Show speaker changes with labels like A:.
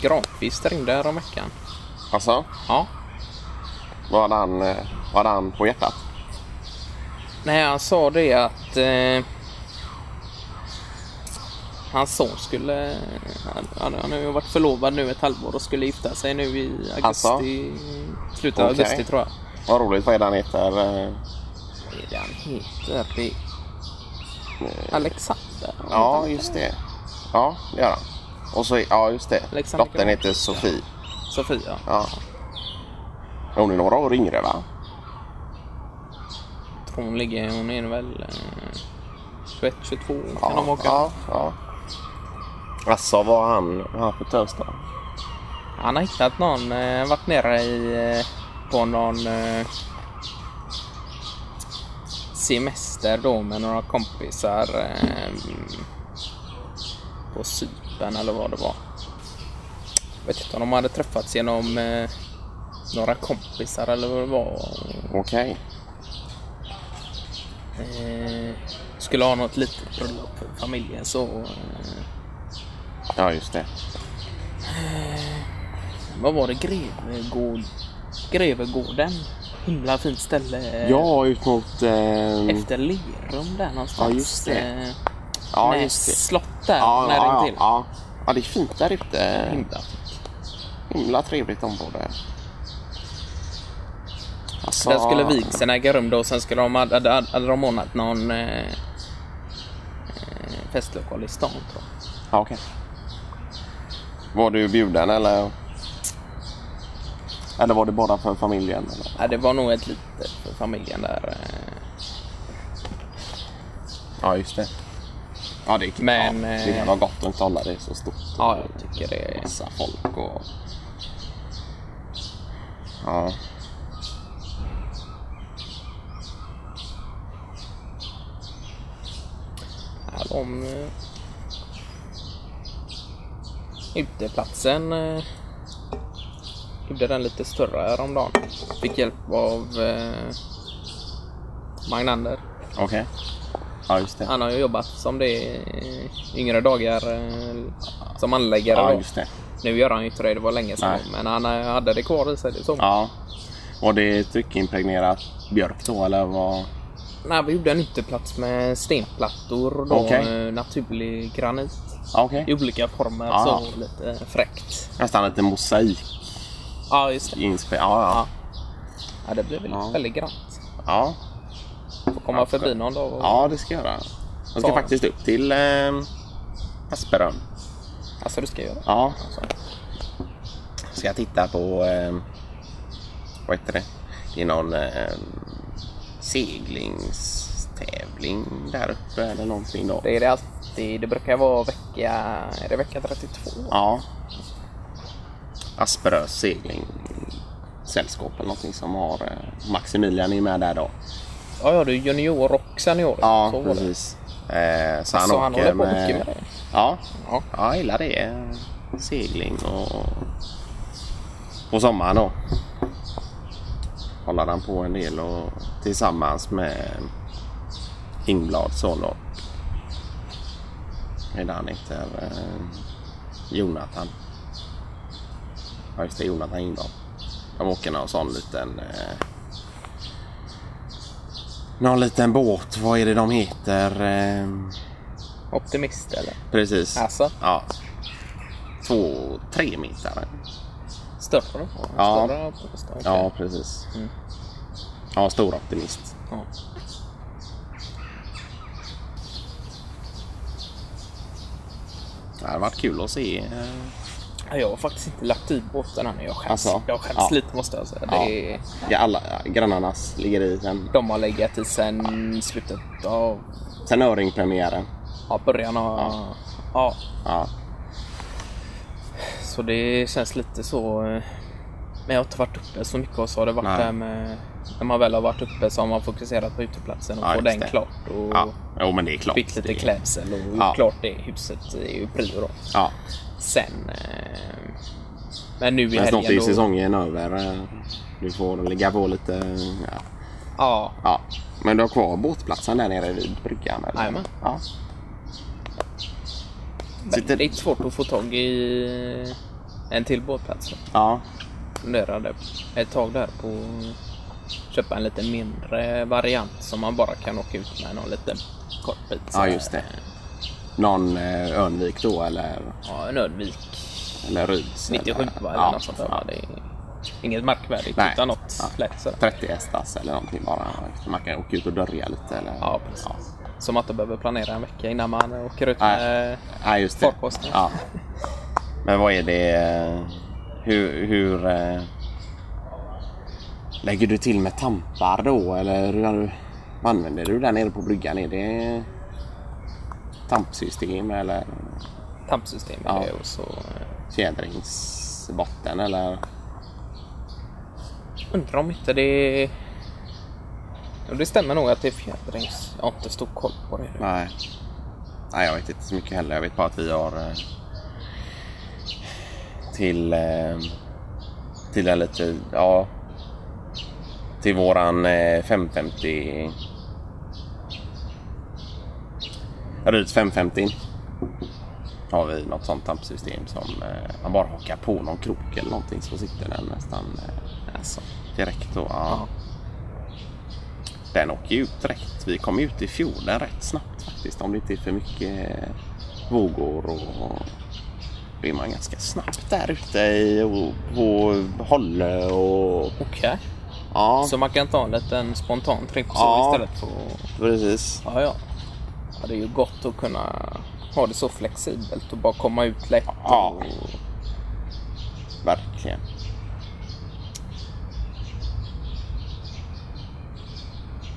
A: Granqvist ringde häromveckan.
B: Alltså,
A: Ja.
B: vad hade han, eh, vad hade han på hjärtat?
A: Nej, han sa det att eh, hans son skulle... Han, han han har ju varit förlovad nu ett halvår och skulle gifta sig nu i augusti.
B: Alltså?
A: Slutet av
B: Okej.
A: augusti tror jag.
B: Vad roligt. Vad är det han heter? Eh,
A: Vad är det han heter? Det är Alexander?
B: Eh, Ja, just det. Ja, det gör han. Och så, ja, just det.
A: Alexander
B: Dottern heter Sofie.
A: Sofia?
B: Ja. Hon är några år yngre, va?
A: Jag tror hon ligger... Hon är väl... Eh, 21, 22 kan de
B: Ja,
A: åka.
B: ja, ja. Alltså, vad har han, vad har han för tös då?
A: Han har hittat någon, eh, varit nere i, eh, på någon eh, semester då med några kompisar eh, på Cypern eller vad det var. Jag vet inte om de hade träffats genom eh, några kompisar eller vad det var.
B: Okej.
A: Eh, skulle ha något litet bröllop för familjen så eh,
B: Ja, just det.
A: Vad var det? Grevegård... Grevegården? Himla fint ställe.
B: Ja, ut mot... Eh,
A: Efter Lerum där någonstans.
B: Ja, just det.
A: Eh,
B: ja,
A: med
B: just det.
A: slott där
B: Ja,
A: nära
B: ja, ja,
A: intill.
B: ja. ja, det är fint där ute.
A: Himla.
B: Himla trevligt område. Alltså,
A: Där skulle vigseln äga rum då och sen skulle de, hade, hade, hade de ordnat någon eh, eh, festlokal i stan tror jag.
B: Ja, okej. Var du bjuden eller? Eller var det bara för familjen? Eller?
A: Ja, det var nog ett litet för familjen där. Eh,
B: Ja, just det. Ja, det,
A: Men,
B: ja,
A: eh,
B: det kan vara gott att inte hålla det så stort.
A: ja, jag tycker det är...
B: Massa folk och... Ja.
A: Ja, de... eh, Uteplatsen eh, gjorde den lite större häromdagen. Fick hjälp av eh, Magnander.
B: Okej. Ja, just det.
A: Han har ju jobbat som det i yngre dagar eh, som anläggare.
B: Ja,
A: då.
B: just det.
A: Nu gör han ju inte det, det var länge sedan.
B: Nej.
A: Men han eh, hade det kvar i sig. Det såg man.
B: Ja. Var det tryckimpregnerat björk då eller vad?
A: Nej, vi gjorde en uteplats med stenplattor då,
B: Okej.
A: eh, naturlig granit
B: Ja, Okej.
A: i olika former. Så
B: Ja.
A: lite fräckt.
B: Nästan lite mosaik.
A: Ja, just det.
B: Inspel- ja, ja.
A: Ja, det blir väl
B: Ja.
A: väldigt grant.
B: Ja.
A: Får komma
B: Ja,
A: förbi
B: skönt.
A: någon dag. Och...
B: ja, det ska jag göra. Jag ska
A: Ja.
B: faktiskt upp till eh, Asperön.
A: Alltså, du ska göra det.
B: Ja,
A: Alltså.
B: ska jag titta på... Eh, vad heter det? Det är någon eh, seglingstävling där uppe eller någonting då.
A: Det är det alltid. Det brukar vara vecka... Är det vecka 32?
B: Ja. Asperö segling sällskap eller någonting som har... Eh, Maximilian är med där då.
A: Ja, ja, du är junior och senior.
B: Ja,
A: så var det.
B: precis. Eh, så han
A: Så
B: åker
A: han håller på mycket med det.
B: Ja,
A: Ja.
B: ja jag gillar det. Eh, Segling och... På sommaren då. Håller han på en del och tillsammans med Ingblad son då. Är det han heter? Eh, Jonathan. Ja just det, Jonathan Ingblad. De åker någon sån liten... Eh, någon liten båt. Vad är det de heter? Eh,
A: Optimist eller?
B: Precis.
A: Alltså,
B: Ja. Två, tre meter.
A: större?
B: Ja.
A: Större optimist, okej.
B: Ja, precis.
A: Mm.
B: Ja, stor optimist.
A: Ja.
B: Det hade varit kul att se. eh,
A: Ja, Jag har faktiskt inte lagt i båten ännu. Jag skäms,
B: Alltså,
A: jag skäms
B: ja.
A: lite måste jag säga.
B: Ja.
A: Det är,
B: Ja, alla ja, grannarnas ligger i sen.
A: de har legat i sen slutet av...
B: Sen öringpremiären.
A: Ja, början av... Ja.
B: Ja.
A: Så det känns lite så... eh, Men jag har inte varit uppe så mycket och så har det varit
B: Nej.
A: där med... När man väl har varit uppe så har man fokuserat på uteplatsen och
B: Ja,
A: få
B: just
A: den
B: det.
A: klart. Och
B: ja. Jo, men det är klart.
A: bytt lite
B: Det-
A: klädsel och gjort
B: Ja.
A: klart det huset är ju prio då.
B: Ja.
A: Sen... eh, Men nu i
B: Men snart är ju
A: helgen då...
B: säsongen över. eh, Du får lägga på lite. eh, Ja.
A: Ja,
B: ja. Men du har kvar båtplatsen där nere vid bryggan? eller?
A: Jajamän.
B: Ja. Sitter-
A: väldigt svårt att få tag i en till båtplats.
B: Ja,
A: Funderade ett tag där på att köpa en lite mindre variant som man bara kan åka ut med någon liten kort bit.
B: ja just det. Någon eh, Örnvik då eller,
A: Ja, en Örnvik
B: eller Ryds?
A: 97 eller
B: ja,
A: något sånt där.
B: ja.
A: Det är inget märkvärdigt
B: Nej.
A: utan något
B: Ja.
A: lätt sådär.
B: 30 hästars eller någonting bara. Man kan åka ut och dörja lite eller...
A: Ja, precis. Som att de behöver planera en vecka innan man åker ut
B: Nej.
A: med...
B: Ja, just det.
A: Farkosten.
B: Ja. Men vad är det... eh, Hur... hur eh, lägger du till med tampar då? Eller hur har du- vad använder du där nere på bryggan? Är det tampsystem eller
A: Tampsystem i
B: Ja.
A: det och så eh,
B: fjädringsbotten? Eller?
A: undrar om inte det... Och det stämmer nog att det är fjädrings... Jag har inte stor koll på det.
B: Nej. Nej, jag vet inte så mycket heller. Jag vet bara att vi har eh, till, eh, till en lite, ja, till våran eh, 550 Ryds 550 har vi något sånt tampsystem som eh, man bara hakar på någon krok eller någonting så sitter den nästan eh,
A: Alltså.
B: direkt då.
A: Ja.
B: Ja. Den åker ju ut direkt. Vi kom ut i fjorden rätt snabbt faktiskt. Om det inte är för mycket eh, vågor och då är man ganska snabbt där ute i, och, på Holle och...
A: Okej.
B: Ja,
A: Så man kan ta en liten spontan trip så
B: Ja.
A: istället för...
B: precis.
A: Ja, ja. ja. Det är ju gott att kunna ha det så flexibelt och bara komma ut lätt
B: Ja.
A: och